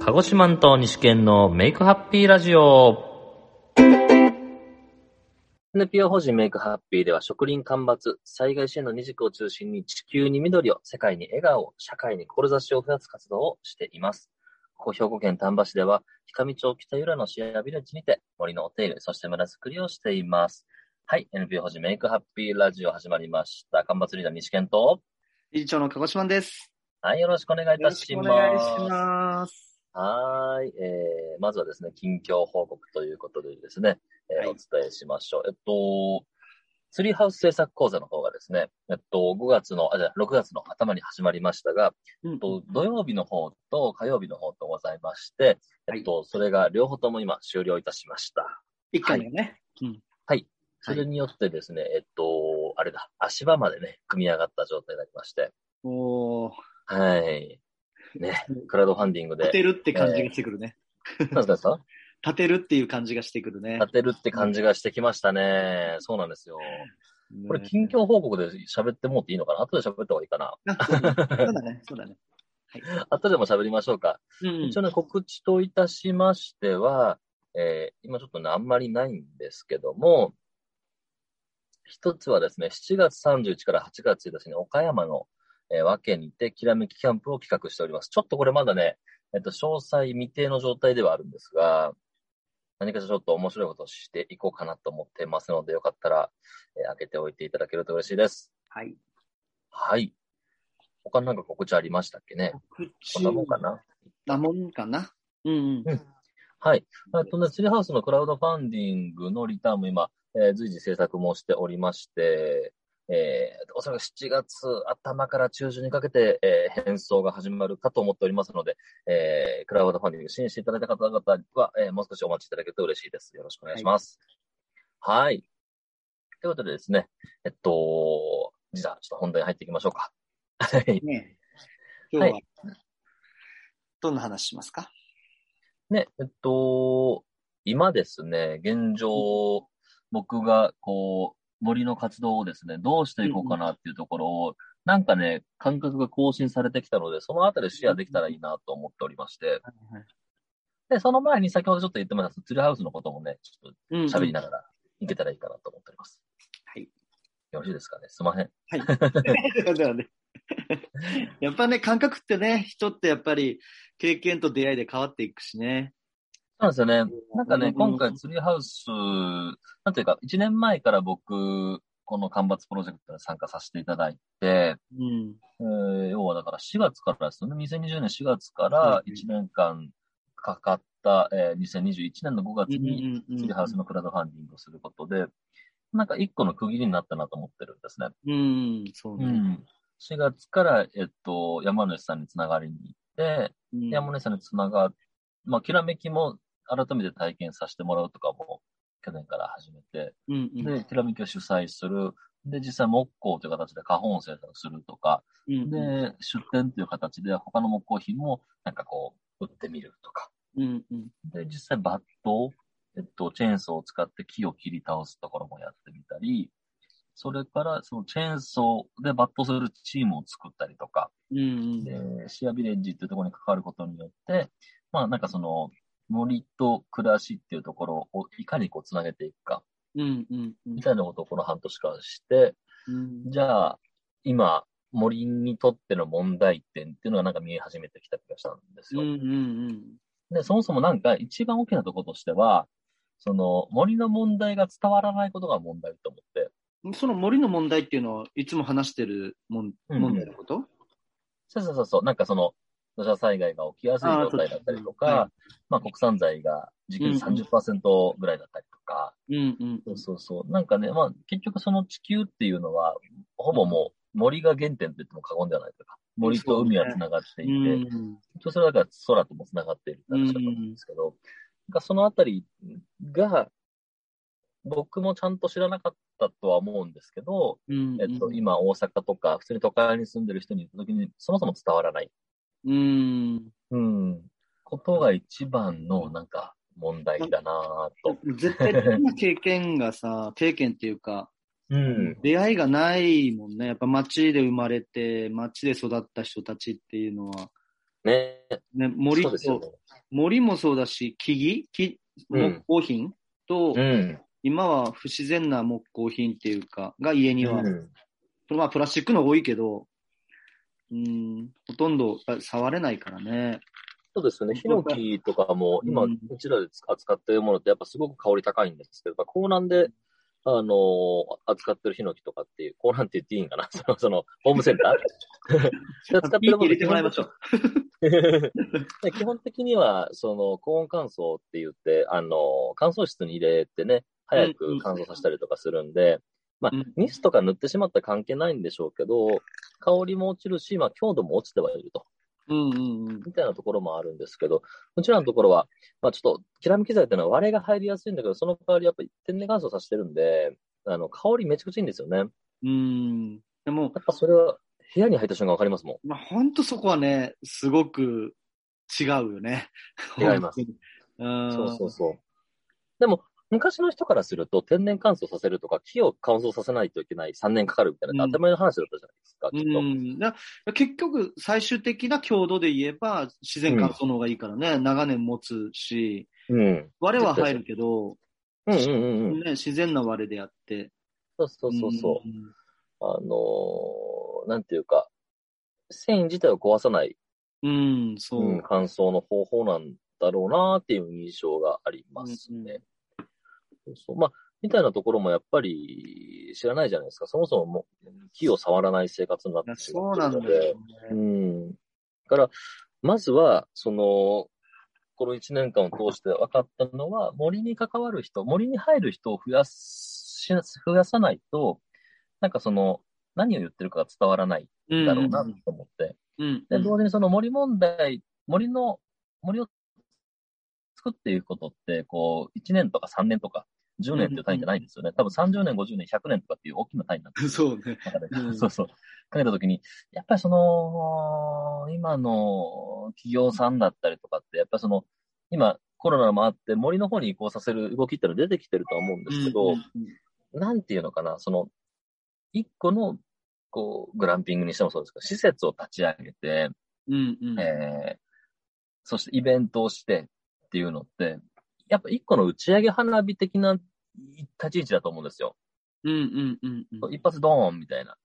鹿児島と西県のメイクハッピーラジオ。 NPO 法人メイクハッピーでは植林干ばつ、災害支援の二軸を中心に地球に緑を、世界に笑顔を、社会に志を増やす活動をしています。ここ兵庫県丹波市では、氷上町北浦のシェアビレッジにて森のお手入れ、そして村づくりをしています。はい、NPO 法人メイクハッピーラジオ始まりました。干ばつリーダー西健と、理事長の鹿児島です。はい、よろしくお願いいたします。よろしくお願いします。はーい、えー、まずはですね、近況報告ということでですね、えーおはい伝えしましょう。えっと、ツリーハウス制作講座の方がですね、えっと、5月の、あ、じゃあ6月の頭に始まりましたが、うえっんと、土曜日の方と火曜日の方とございまして、えっと、それが両方とも今終了いたしました。一回のね。うんそれによってですね、えっと、あれだ、足場までね、組み上がった状態になりまして、おー、はい。 ね、クラウドファンディング立で、てるって感じがしてくるね。なんですか立てるっていう感じがしてくるね。立てるって感じがしてきましたね。そうなんですよ。ねこれ、近況報告で喋ってもうっていいのかな後で喋った方がいいかなあそうだねそうだね。そうだね。後でも喋りましょうか。うん一応ね、告知といたしましては、えー今ちょっとね、あんまりないんですけども、一つはですね、7月31から8月1日に岡山の、えー和家にて、きらめきキャンプを企画しております。ちょっとこれまだね、えっと、詳細未定の状態ではあるんですが、何かしらちょっと面白いことをしていこうかなと思ってますので、よかったら、えー開けておいていただけると嬉しいです。はい。はい。他なんか告知ありましたっけね告知こんなもんかななもんかな。うんうん。はい。あとね、ツリーハウスのクラウドファンディングのリターンも今、えー随時制作もしておりまして、えーおそらく7月頭から中旬にかけて、えー返送が始まるかと思っておりますので、えークラウドファンディング支援していただいた方々は、えーもう少しお待ちいただけると嬉しいです。よろしくお願いします。はい。ということでですね、えっと、じゃあ、ちょっと本題に入っていきましょうか。はい。ね今日は、はどんな話しますかね、えっと、今ですね、現状、僕がこう、森の活動をですね、どうしていこうかなっていうところを、なんかね、感覚が更新されてきたので、そのあたりシェアできたらいいなと思っておりまして、で、その前に先ほどちょっと言ってました、ツリーハウスのこともね、ちょっうんうとん喋りながらいけたらいいかなと思っております。はい。よろしいですかね、すいません。 だからね。やっぱね、感覚ってね、人ってやっぱり経験と出会いで変わっていくしね。そうなんですよね。なんかうね、ん今回ツリーハウス、なんていうか、1年前から僕、この間伐プロジェクトに参加させていただいて、うん。えー要はだから4月からですよね。2020年4月からうん1年間かかった、えー2021年の5月にうんツリーハウスのクラウドファンディングをすることで、なんか一個の区切りになったなと思ってるんですね。うん、そうね。 4月から、えっと、山主さんにつながりに行って、うん山根さんにつなが、まあ、きらめきも改めて体験させてもらうとかも、去年から始めて、うんうんで、きらめきを主催する、で、実際木工という形で花本制作するとか、うんうんで、出店という形で他の木工品もなんかこう、売ってみるとか、うんうんで、実際バット、えっと、チェーンソーを使って木を切り倒すところもやってみたり、それから、そのチェーンソーでバットするチームを作ったりとか、うんでうん、シェアビレッジっていうところに関わることによって、まあなんかその森と暮らしっていうところをいかにこうつなげていくか、うんうんうんみたいなことをこの半年間して、うんじゃあ今森にとっての問題点っていうのがなんか見え始めてきた気がしたんですうよ。んうんで、そもそもなんか一番大きなところとしては、その森の問題が伝わらないことが問題と思って、うんその森の問題っていうのはいつも話してるもんうんうん問題のことそうそうそうそう、なんかその土砂災害が起きやすいあー状態だったりとそうですねはかい、まあ国産材が時給うんうん30%ぐらいだったりとか、うんうそんうそうそう。なんかね、まあ、結局その地球っていうのは、ほぼもう森が原点と言っても過言ではないというか、森と海はつながっていて、うんきっとそれはだから空ともつながっているって話だと思うんですけど、なんかそのあたりが、僕もちゃんと知らなかったとは思うんですけど、うんえっと、今大阪とか、普通に都会に住んでる人に言った時に、そもそも伝わらない。うんうん。ことが一番の、なんか、問題だなぁと。絶対的な経験がさ経験っていうかうん。出会いがないもんねやっぱ街で生まれて街で育った人たちっていうのは、ね。ね、森そうですよとね森もそうだし、木々木、うん木工品と、うん。今は不自然な木工品っていうか、が家には、うんまあプラスチックの多いけど、うん、ほとんどやっぱ触れないからね。そうですよね。ヒノキとかも、今、ううんちらで扱っているものって、やっぱすごく香り高いんですけど、やっぱ高南で、あのー扱ってるヒノキとかっていう、高南って言っていいんかな その、その、ホームセンター で扱ってるもの入れてもらいましょう。で基本的には、その、高温乾燥って言って、あの、乾燥室に入れてね、早く乾燥させたりとかするんで、まあうん、ミスとか塗ってしまったら関係ないんでしょうけど、香りも落ちるし、まあ、強度も落ちてはいると、うんうんうん。みたいなところもあるんですけど、こちらのところは、まあ、ちょっと、きらめき剤っていうのは割れが入りやすいんだけど、その代わりやっぱり天然乾燥させてるんで、あの、香りめちゃくちゃいいんですよね。やっうん。でも、ぱそれは、部屋に入った瞬間わかりますもん。まあ、ほんとそこはね、すごく違うよね。違いますうん。そうそうそう。でも、昔の人からすると、天然乾燥させるとか、木を乾燥させないといけない3年かかるみたいな、うん当たり前の話だったじゃないですか、きっと。うん、だ結局、最終的な強度で言えば、自然乾燥の方がいいからね、長年持つし、うん。割れは入るけど、うんうんうんうん。ね、自然な割れでやって。そうそうそうそう。んあのーなんていうか、繊維自体を壊さない、うん、そう。うん、乾燥の方法なんだろうなっていう印象がありますね。そうそうまあ、みたいなところもやっぱり知らないじゃないですか。そもそももう木を触らない生活になっいやてしそまっうてなるのんだでよ、。うね。ん。だから、まずは、その、この1年間を通して分かったのは、森に関わる人、森に入る人を増やす、し増やさないと、なんかその、何を言ってるかが伝わらないうんんだろうなと思って。うん。で、同時にその森問題、森の、森を作っていくことって、こう、1年とか3年とか、10年っていう単位じゃないんですよね。多分30年、50年、100年とかっていう大きな単位なんですよ そうね。中でうんそうそう。考えたときに、やっぱりその、今の企業さんだったりとかって、やっぱりその、今コロナもあって森の方に移行させる動きってのは出てきてるとは思うんですけど、うんなんていうのかな、その、一個の、こう、グランピングにしてもそうですけど、施設を立ち上げて、うんうん。えーそしてイベントをしてっていうのって、やっぱ一個の打ち上げ花火的な立ち位置だと思うんですよ。うんうんうんうん。一発ドーンみたいな。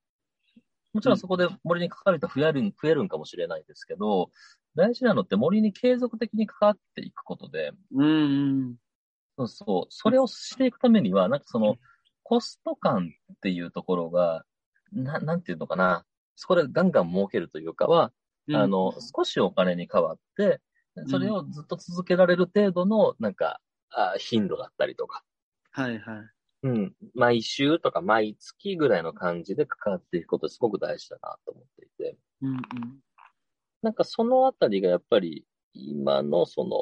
もちろんそこで森に関わる人は増えるん増えるんかもしれないですけど、大事なのって森に継続的に関わっていくことで、うんうん。そうそう、それをしていくためには、なんかその、コスト感っていうところが、ななんていうのかな、そこでガンガン儲けるというかは、うんあの、、少しお金に変わって、それをずっと続けられる程度の、なんか、あ頻度だったりとか、はいはい。うん。毎週とか毎月ぐらいの感じで関わっていくことすごく大事だなと思っていて。うんうん。なんかそのあたりがやっぱり今のその、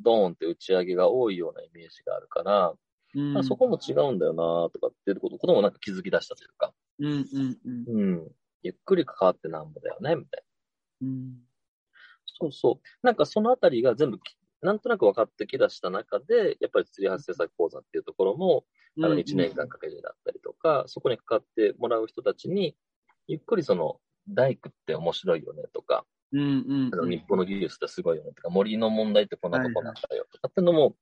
ドーンって打ち上げが多いようなイメージがあるから、うんあそこも違うんだよなとかっていうことこともなんか気づき出したというか、うんうんうんうん。ゆっくり関わってなんぼだよね、みたいな。うん。そうそう。なんかそのあたりが全部き、なんとなく分かってきだした中で、やっぱり釣り発生作講座っていうところも、あの1年間かけてだったりとか、そこにかかってもらう人たちに、ゆっくりその、大工って面白いよねとか、うんうんあの日本の技術ってすごいよねとか、森の問題ってこんなとこなんだよとかってのも、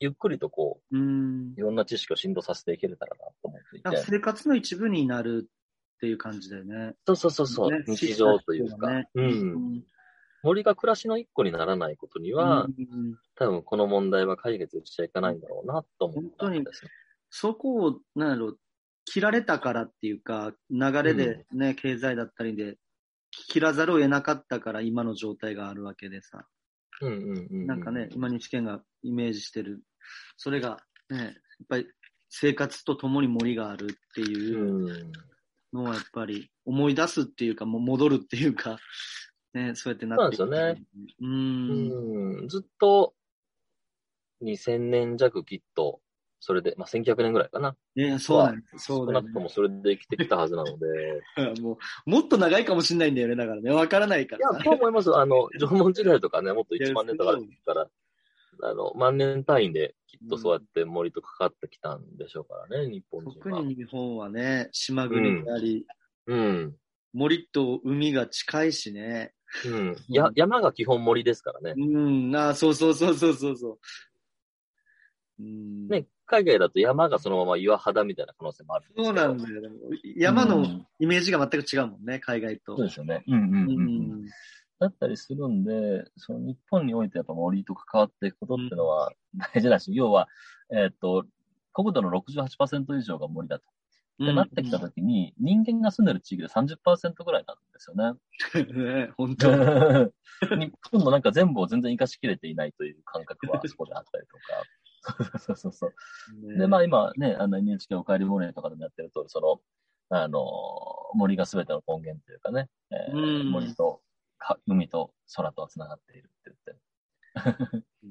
ゆっくりとこうん。うう、んいろんな知識を振動させていけれたらなと思っていなんかて。生活の一部になるっていう感じだよね。そうそうそうそう、ね日常というか、知識う。うん森が暮らしの一個にならないことには、ん多分この問題は解決していかないんだろうなと思ったんですよ。そこを、なんやろ、切られたからっていうか、流れでね、経済だったりで、切らざるを得なかったから今の状態があるわけでさ。うんうんうんう。なんかね、今西健がイメージしてる、それがね、やっぱり生活とともに森があるってう。いうんのはやっぱり思い出すっていうか、もう戻るっていうか、ね、そうやってなってそうなんですよね。う。うんん。ずっと、2000年弱きっと、それで、まあ、1900年ぐらいかな。ね、そうだね。そうだ少なねくともそれで生きてきたはずなの で。もう、もっと長いかもしれないんだよね、だからね。わからないかいやらさ。、そう思います。あの、縄文時代とかね、もっと1万年とかあるから、あの、万年単位できっとそうやって森と関わってきたんでしょうからね、日本人特は。に日本はね、島国であり、うん。森と海が近いしね。うん。や、山が基本森ですからね。うん、あーそうそうそうそうそうそう。うん、ね、海外だと山がそのまま岩肌みたいな可能性もあるですけど。そうなんだよ。でも山うのんイメージが全く違うもんね、海外と。そうですよね。うんうんうんうん。だったりするんで、その日本においてやっぱ森と関わっていくことっていうのは大事だし、要は、えっ、と、国土の68%以上が森だと。うで、なってきたときに、人間が住んでる地域で30%ぐらいなんですよね。 ね、本当。日本のなんか全部を全然活かしきれていないという感覚はそこであったりとか。そうそうそう そう。で、まあ今ね、あの NHK お帰りモネとかでもやってる通り、その、あの、森が全ての根源というかね、えーうん森とか海と空とは繋がっているって言って、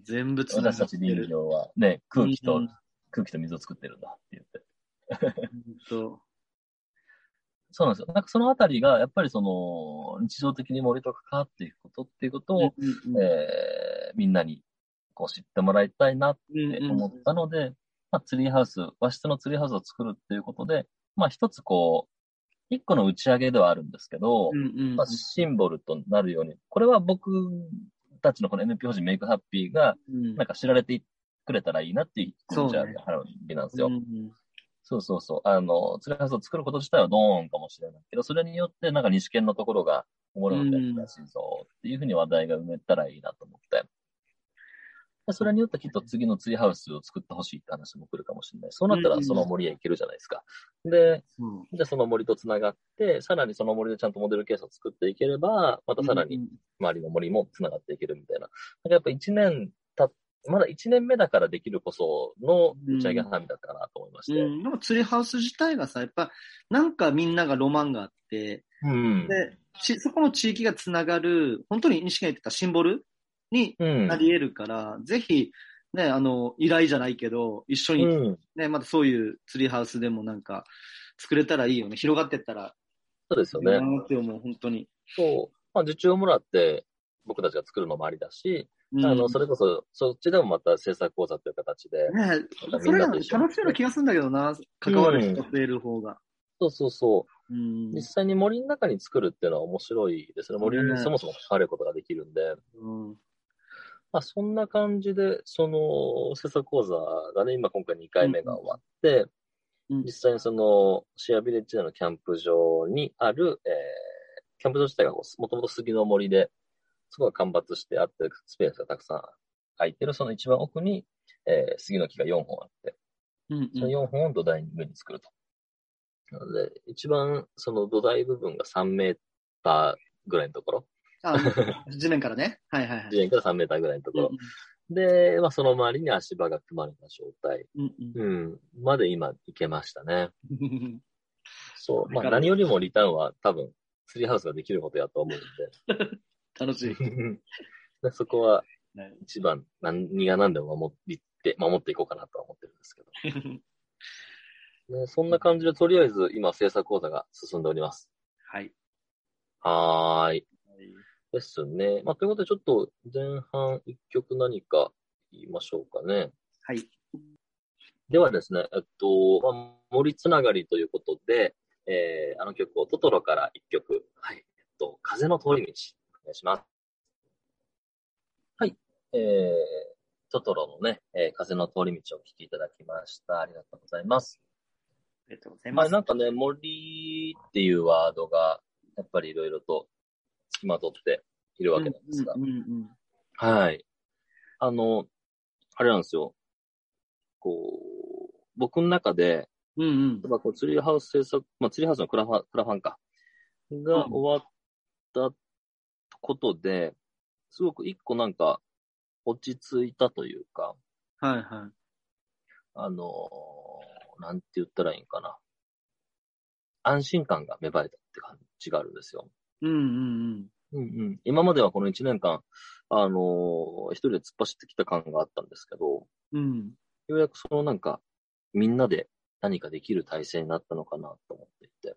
全部繋がっ私たてちる人形はね、空気と、うん空気と水を作ってるんだって言って。そうそうなんですよ。なんかそのあたりが、やっぱりその、日常的に森と関わっていくことっていうことを、うんえーみんなにこう知ってもらいたいなっうんてうん思ったので、まあ、ツリーハウス、和室のツリーハウスを作るっていうことで、まあ一つこう、一個の打ち上げではあるんですけど、うんうんまあ、シンボルとなるように、これは僕たちのこの NPO 人メイクハッピーが、うんなんか知られてくれたらいいなっていう気持ちがある花火なんですよ。うんそうそうそう。あの、ツレハウスを作ること自体はドーンかもしれないけど、それによってなんか西県のところがおもろいみたいになったらしいぞっていうふうに話題が埋めたらいいなと思って。でそれによってきっと次のツリーハウスを作ってほしいって話も来るかもしれない。そうなったうんらその森へ行けるじゃないですか。で、そうじゃあその森と繋がって、さらにその森でちゃんとモデルケースを作っていければ、またさらに周りの森も繋がっていけるみたいな。だからやっぱ一年た、まだ一年目だからできるこその打ち上げ花火だったかなと思いましうて。ん、でもツリーハウス自体がさ、やっぱ、なんかみんながロマンがあって、うんで、ちそこの地域がつながる、本当に西が言ってたシンボルにうんなり得るから、ぜひ、ね、あの、依頼じゃないけど、一緒に、うん。ね、またそういうツリーハウスでもなんか、作れたらいいよね。広がってったら、そうですよいいね。なって思う、本当に。そう。まあ、受注をもらって、僕たちが作るのもありだし、うんあの、それこそ、そっちでもまた制作講座という形で、ねなんかそみんなれがと楽一し緒いにような気がするんだけどな、関わる人増える方が。そうそうそうう。ん実際に森の中に作るっていうのは面白いですね。森にそもそも関わることができるんで、うんまあ、そんな感じで、その、制作講座がね、今今回2回目が終わって、うん実際にその、シェアビレッジ内のキャンプ場にある、えーキャンプ場自体がこうもともと杉の森で、そこが間伐してあって、スペースがたくさん空いてる、その一番奥に、えー杉の木が4本あって、うんその4本を土台に上に作ると。なので、一番その土台部分が3メーターぐらいのところ、あ地面からね。はいはいはい。地面から3メーターぐら いのところ、で、まあ、その周りに足場が組まれた状態、うんうんうん、まで今行けましたね。うんそう。まだあ、から何よりもリターンは多分、ツリーハウスができることやと思うん楽しい。 で。でそこはね一番何が何でも守って、守っていこうかなとは思ってるんですけど。ね、そんな感じで、とりあえず今制作講座が進んでおります。はい。はーい。ですね。まあ、ということでちょっと前半一曲何か言いましょうかね。はい。ではですね、えっと、まあ、森つながりということで、えーあの曲をトトロから一曲、はい、えっと、風の通り道、お願いします。はい、えー、トトロのね、えー風の通り道をお聴きいただきました。ありがとうございます。ありがとうございままあ、す。なんかね、森っていうワードが、やっぱりいろいろと付きまとっているわけなんですがう、んうんはい。あの、あれなんですよ。こう、僕の中で、うん。うんうんまあ、こうツリーハウス制作、まあ、ツリーハウスのクラファン、クラファンか。がうん終わったことで、すごく一個なんか、落ち着いたというか、はいはあのーなんて言ったらいいんかな。安心感が芽生えたって感じがあるんですよ。い。うんうんうんうん。今まではこの一年間、あのー一人で突っ走ってきた感があったんですけど、ようん。うん。うやくそのなんか、みんなで何かできる体制になったのかなと思っていて。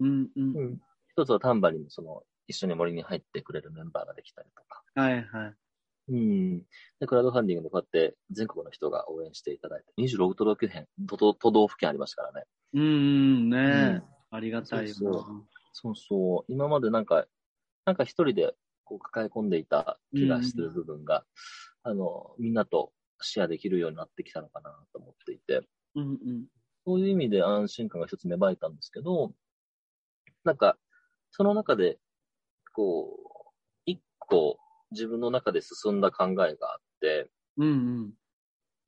うんうん。一つはタンバリンのその、一緒に森に入ってくれるメンバーができたりとか。はいはい。うん。で、クラウドファンディングでこうやって全国の人が応援していただいて、26都道府県、都道都道府県ありますからね。うんうん。ねえうんありがたいよそうそう今までなんか、なんか一人でこう抱え込んでいた気がする部分が、あの、みんなとシェアできるようになってきたのかなと思っていて、うんうん。そういう意味で安心感が一つ芽生えたんですけど、なんか、その中で、こう、一個自分の中で進んだ考えがあって、うんうん。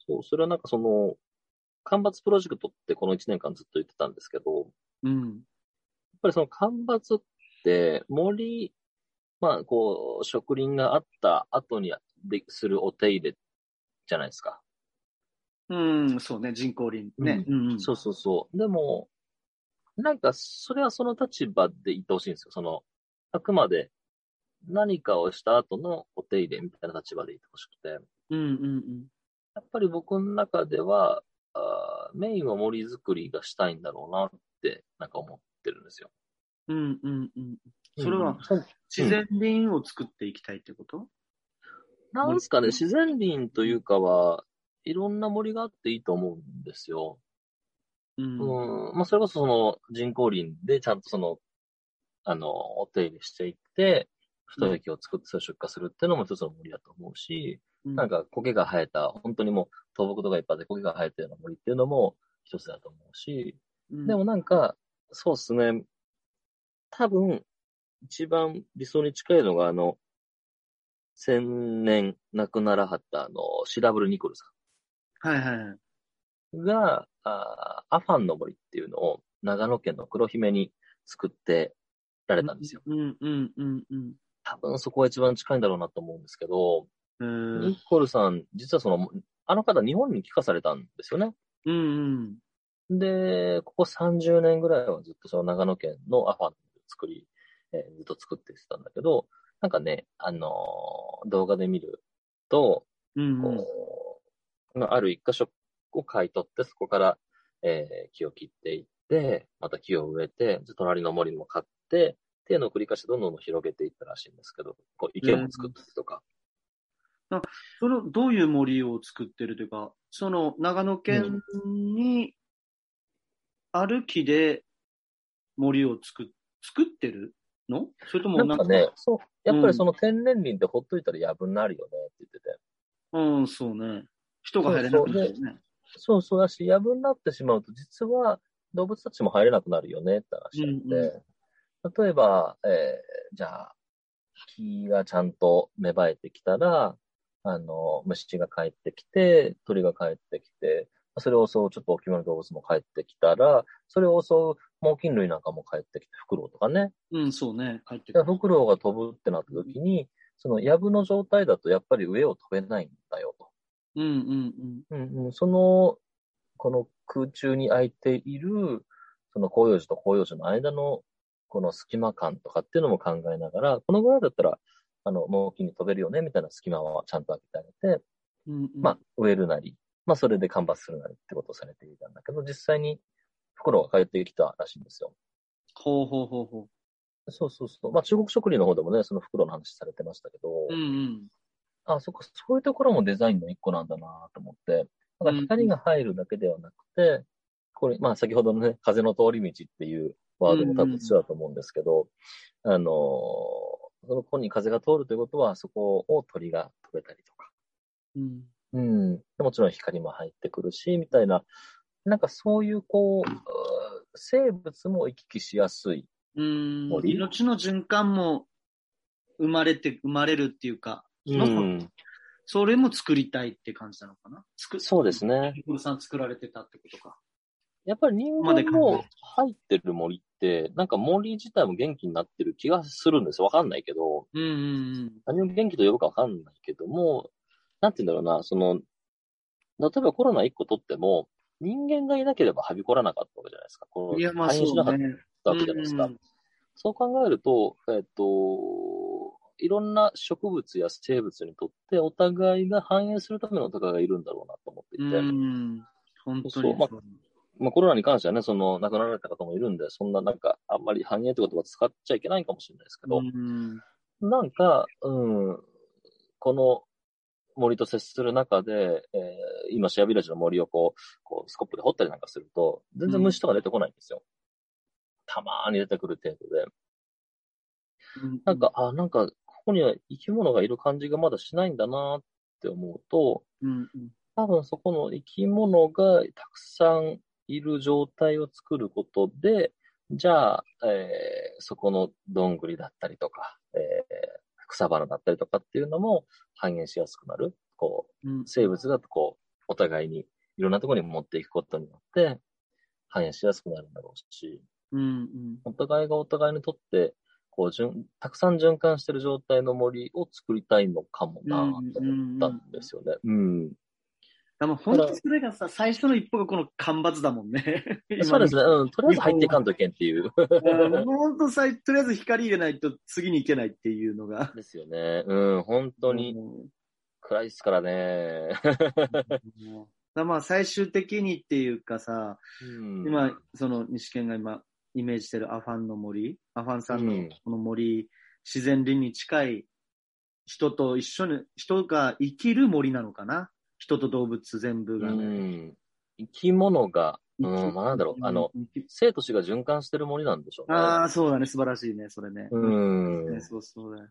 そう、それはなんかその、間伐プロジェクトってこの1年間ずっと言ってたんですけど、うん。やっぱりその干ばつって森、まあこう、植林があった後にでするお手入れじゃないですか。うん、そうね、人工林ね。うんうん。そうそうそう。でも、なんかそれはその立場で言ってほしいんですよ。その、あくまで何かをした後のお手入れみたいな立場で言ってほしくて。うんうんやっぱり僕の中では、あーメインは森づくりがしたいんだろうなって、なんか思ってるんですよ。うん。うんうんうん。それはうん、そう自然林を作っていきたいってことなんすかね、自然林というかは、いろんな森があっていいと思うんですよ。うん。うん。まあ、それこそその人工林でちゃんとその、あの、お手入れしていって、太い木を作ってそれを出荷するっていうのも一つの森だと思うし、なんか苔が生えた、本当にもう倒木とかいっぱいで苔が生えたような森っていうのも一つだと思うし、うん、でもなんか、そうですね。多分、一番理想に近いのが、あの、千年亡くならはった、あの、シラブル・ニコルさはいはいはい。んが、あーアファンの森っていうのを長野県の黒姫に作ってられたんですよ。うんうんうんうん。多分そこが一番近いんだろうなと思うんですけど、えーニコルさん、実はその、あの方日本に帰化されたんですよね。うんうん。で、ここ30年ぐらいはずっとその長野県のアファンの作り、えーずっと作ってきてたんだけど、なんかね、あのー動画で見ると、うんうん。こう、まあある一箇所を買い取って、そこから、えー木を切っていって、また木を植えて、で隣の森も買って、っていうのを繰り返してどんどん広げていったらしいんですけど、こう池も作ったりとか。その、どういう森を作ってるというか、その、長野県に、歩きで森を作っ、作ってるのそれともななんんかか、ね、そう、やっぱりその天然林ってほっといたらやぶになるよねって言ってて。うん、そうね。人が入れなくなるよね。そうそうだし、やぶになってしまうと、実は動物たちも入れなくなるよねって話なんで、うん例えば、えーじゃあ、木がちゃんと芽生えてきたら、あの、虫が帰ってきて、鳥が帰ってきて、それを襲うちょっと大きめの動物も帰ってきたら、それを襲う猛禽類なんかも帰ってきて、フクロウとかね。うん、そうね。帰ってだからくる。フクロウが飛ぶってなった時に、その藪の状態だとやっぱり上を飛べないんだよと。うんうんうん。うんうん、その、この空中に空いている、その広葉樹と広葉樹の間の、この隙間感とかっていうのも考えながら、このぐらいだったら、あの、猛禽に飛べるよね、みたいな隙間はちゃんと開けてあげて、うんうんまあ、植えるなり、まあ、それで間伐するなりってことをされていたんだけど、実際に、袋が帰ってきたらしいんですよ。ほうほうほうほそうそうそう。まあ、中国植林の方でもね、その袋の話されてましたけど、う。うんうん。あ、そっか、そういうところもデザインの一個なんだなと思って。だから光が入るだけではなくて、これ、まあ先ほどのね、風の通り道っていうワードも多分そうだと思うんですけど、あのーそのこに風が通るということは、そこを鳥が飛べたりとか、うん。うん、もちろん光も入ってくるし、みたいな、なんかそういうこう、うー生物も行き来しやすい。うん。森命の循環も生まれて、生まれるっていうか、うん、それも作りたいって感じなのかな作そうですね。ね。ニコルさん作られてたってことか。やっぱり人間も入ってる森って、なんか森自体も元気になってる気がするんですよ。わかんないけど、うんうん何を元気と呼ぶかわかんないけども、なんて言うんだろうな、その、例えばコロナ1個取っても、人間がいなければはびこらなかったわけじゃないですか。こうん。のいや、まあ退院そしなかうっね。たわけじゃないですか。うんうんそう考えると、えっ、と、いろんな植物や生物にとってお互いが繁栄するためのお互いがいるんだろうなと思っていて。うん。本当そうにまあ。まあ、コロナに関してはね、その、亡くなられた方もいるんで、そんななんか、あんまり繁栄って言葉使っちゃいけないかもしれないですけどう、ん。なんか、うん、この森と接する中で、えー今、シェアビラジの森をこう、こうスコップで掘ったりなんかすると、全然虫とか出てこないんですよ。たまーに出てくる程度で。なんか、、あ、なんか、ここには生き物がいる感じがまだしないんだなって思うと、うんうん、多分そこの生き物がたくさんいる状態を作ることで、じゃあ、えーそこのどんぐりだったりとか、えー草花だったりとかっていうのも反映しやすくなる。こう、うん生物がこう、お互いにいろんなところに持っていくことによって反映しやすくなるんだろうし、うんお互いがお互いにとって、こう、循たくさん循環してる状態の森を作りたいのかもなと思ったんですよね。うん。でも本当それがさ、最初の一歩がこの間伐だもんね。 そうですね。うん。とりあえず入っていかんといけんっていう。うん。本当さ、とりあえず光入れないと次に行けないっていうのが。ですよね。うん。本当に暗いですからね。うん。だからまあ最終的にっていうかさ、うん、今、その西健が今イメージしてるアファンの森、アファンさんうのんこの森、自然林に近い人と一緒に、人が生きる森なのかな人と動物全部うがね。ん。生き物が、うん、まあなんだろう。あの、、生と死が循環してる森なんでしょうね。ああ、そうだね、素晴らしいね、それね。うんね。そうそうだよ。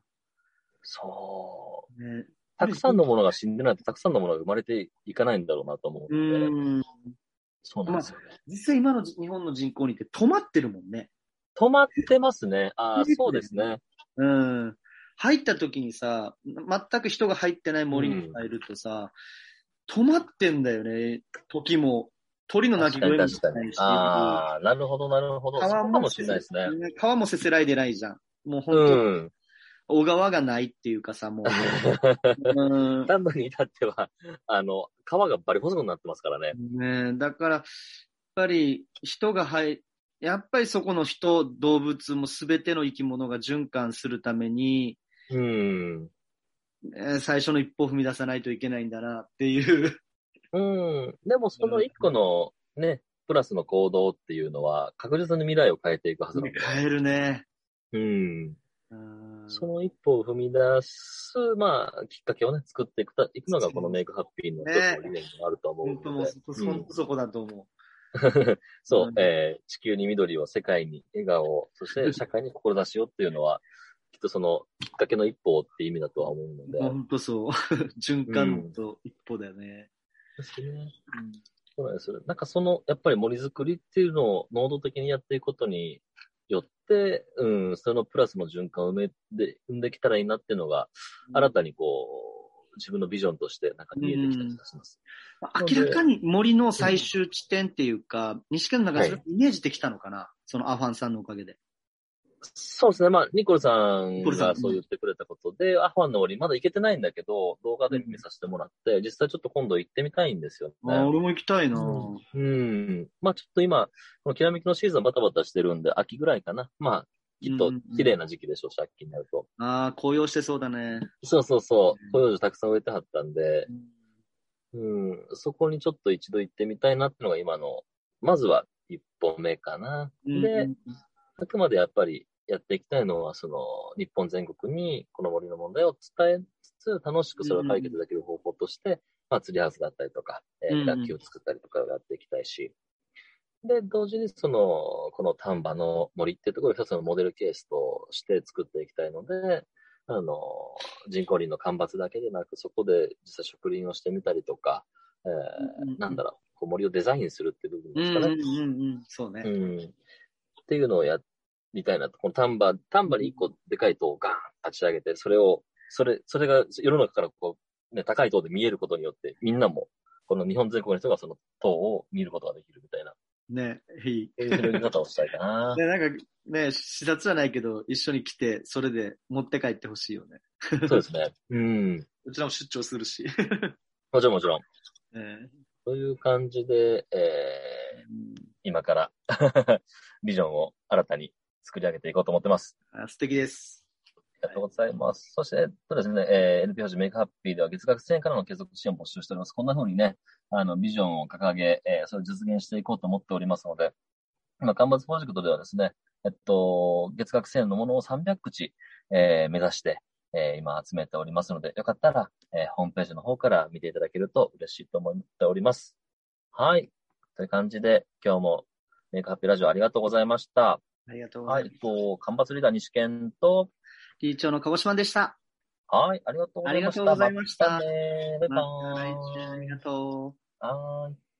そう。ね、たくさんのものが死んでないと、たくさんのものが生まれていかないんだろうなと思ううので、ん。そうなんですよね。実際今の日本の人口にって止まってるもんね。止まってますね。ああ、そうですね。うん。入った時にさ、全く人が入ってない森に入るとさ、止まってんだよね。時も、鳥の鳴き確か声にも確しかなにい。し。ああ、なるほど、なるほど。そうかもしれないですね。ね川もせせらいでないじゃん。もう本う当、ん。小川がないっていうかさ、もう。うんダムに至っては、 あの、川がバリ細くなってますからね。ねえ、だから、やっぱり人が入、やっぱりそこの人、動物も全ての生き物が循環するために、うん。えー最初の一歩を踏み出さないといけないんだなっていう。うん。でもその一個のね、プラスの行動っていうのは、確実に未来を変えていくはずなので。変えるね。うん。うんその一歩を踏み出す、まあ、きっかけをね、作っていくた、いくのがこのメイクハッピーの一つの理念があると思う本ので。当もうそこ、うんそそこだと思、そううんえー地球に緑を、世界に笑顔を、そして社会に志をっていうのは、きっとそのきっかけの一歩って意味だとは思うのう。で。本当そう。 循環と一歩だよね。ですね。そうなんですよ。なんかその、やっぱり森づくりっていうのを能動的にやっていくことによって、うん、そのプラスの循環を埋めで、生んできたらいいなっていうのが、新たにこう、自分のビジョンとしてなんか見えてきた気がします。まあ明らかに森の最終地点っていうか、西県の中でそれイメージできたのかな、そのアファンさんのおかげで。そうですね。まあ、ニコルさんニコルさがんそう言ってくれたことで、アファンの森まだ行けてないんだけど、動画で見させてもらって、実際ちょっと今度行ってみたいんですよああ、ね。俺も行きたいな、ううん。まあ、ちょっと今、このきらめきのシーズンバタバタしてるんで、秋ぐらいかな。まあ、きっと綺麗な時期でしょうし、秋になると。ああ、紅葉してそうだね。そうそうそうう。ん紅葉たくさん植えてはったんで、うん。そこにちょっと一度行ってみたいなってのが今の、まずは一本目かな。で、あくまでやっぱりやっていきたいのは、その、日本全国にこの森の問題を伝えつつ、楽しくそれを解決できる方法として、まあ、ツリーハウスだったりとか、えうんうー、ん楽器を作ったりとかをやっていきたいし、で、同時にその、この丹波の森っていうところを一つのモデルケースとして作っていきたいので、あの、人工林の間伐だけでなく、そこで実際植林をしてみたりとか、えうんうんうんー、なんだろう、こう森をデザインするっていう部分うでんすうかんね。うんうん、そうね。うん。っていうのをやりたいなと。この丹波、丹波に一個でかい塔をガーン立ち上げて、それを、それ、それが世の中からこう、ね、高い塔で見えることによって、みんなも、この日本全国の人がその塔を見ることができるみたいな、ね、いい。そういう広げ方をしたいか な。でなんかね、視察じゃないけど、一緒に来て、それで持って帰ってほしいよね。そうですね。うん。うちらも出張するし。もちろんもちろん。ねという感じで、えー、今から ビジョンを新たに作り上げていこうと思ってます。あ素敵です。ありがとうございます。そして、えっとですね、えー NPO 法メイクハッピーでは月額1000円からの継続支援を募集しております。こんな風にね、あの、ビジョンを掲げ、えーそれを実現していこうと思っておりますので、今、間伐プロジェクトではですね、えっと、月額1000円のものを300口、えー目指して、えー今集めておりますので、よかったら、えーホームページの方から見ていただけると嬉しいと思っております。はい。という感じで、今日もメイクハッピーラジオありがとうございました。ありがとうござはいい。えっます。と、間伐リーダー西健と、 T 長の鹿児島でした。はい、ありがとうございました。ありがとうございましたたねバイバまた来週あーイ。りがとう。はーい。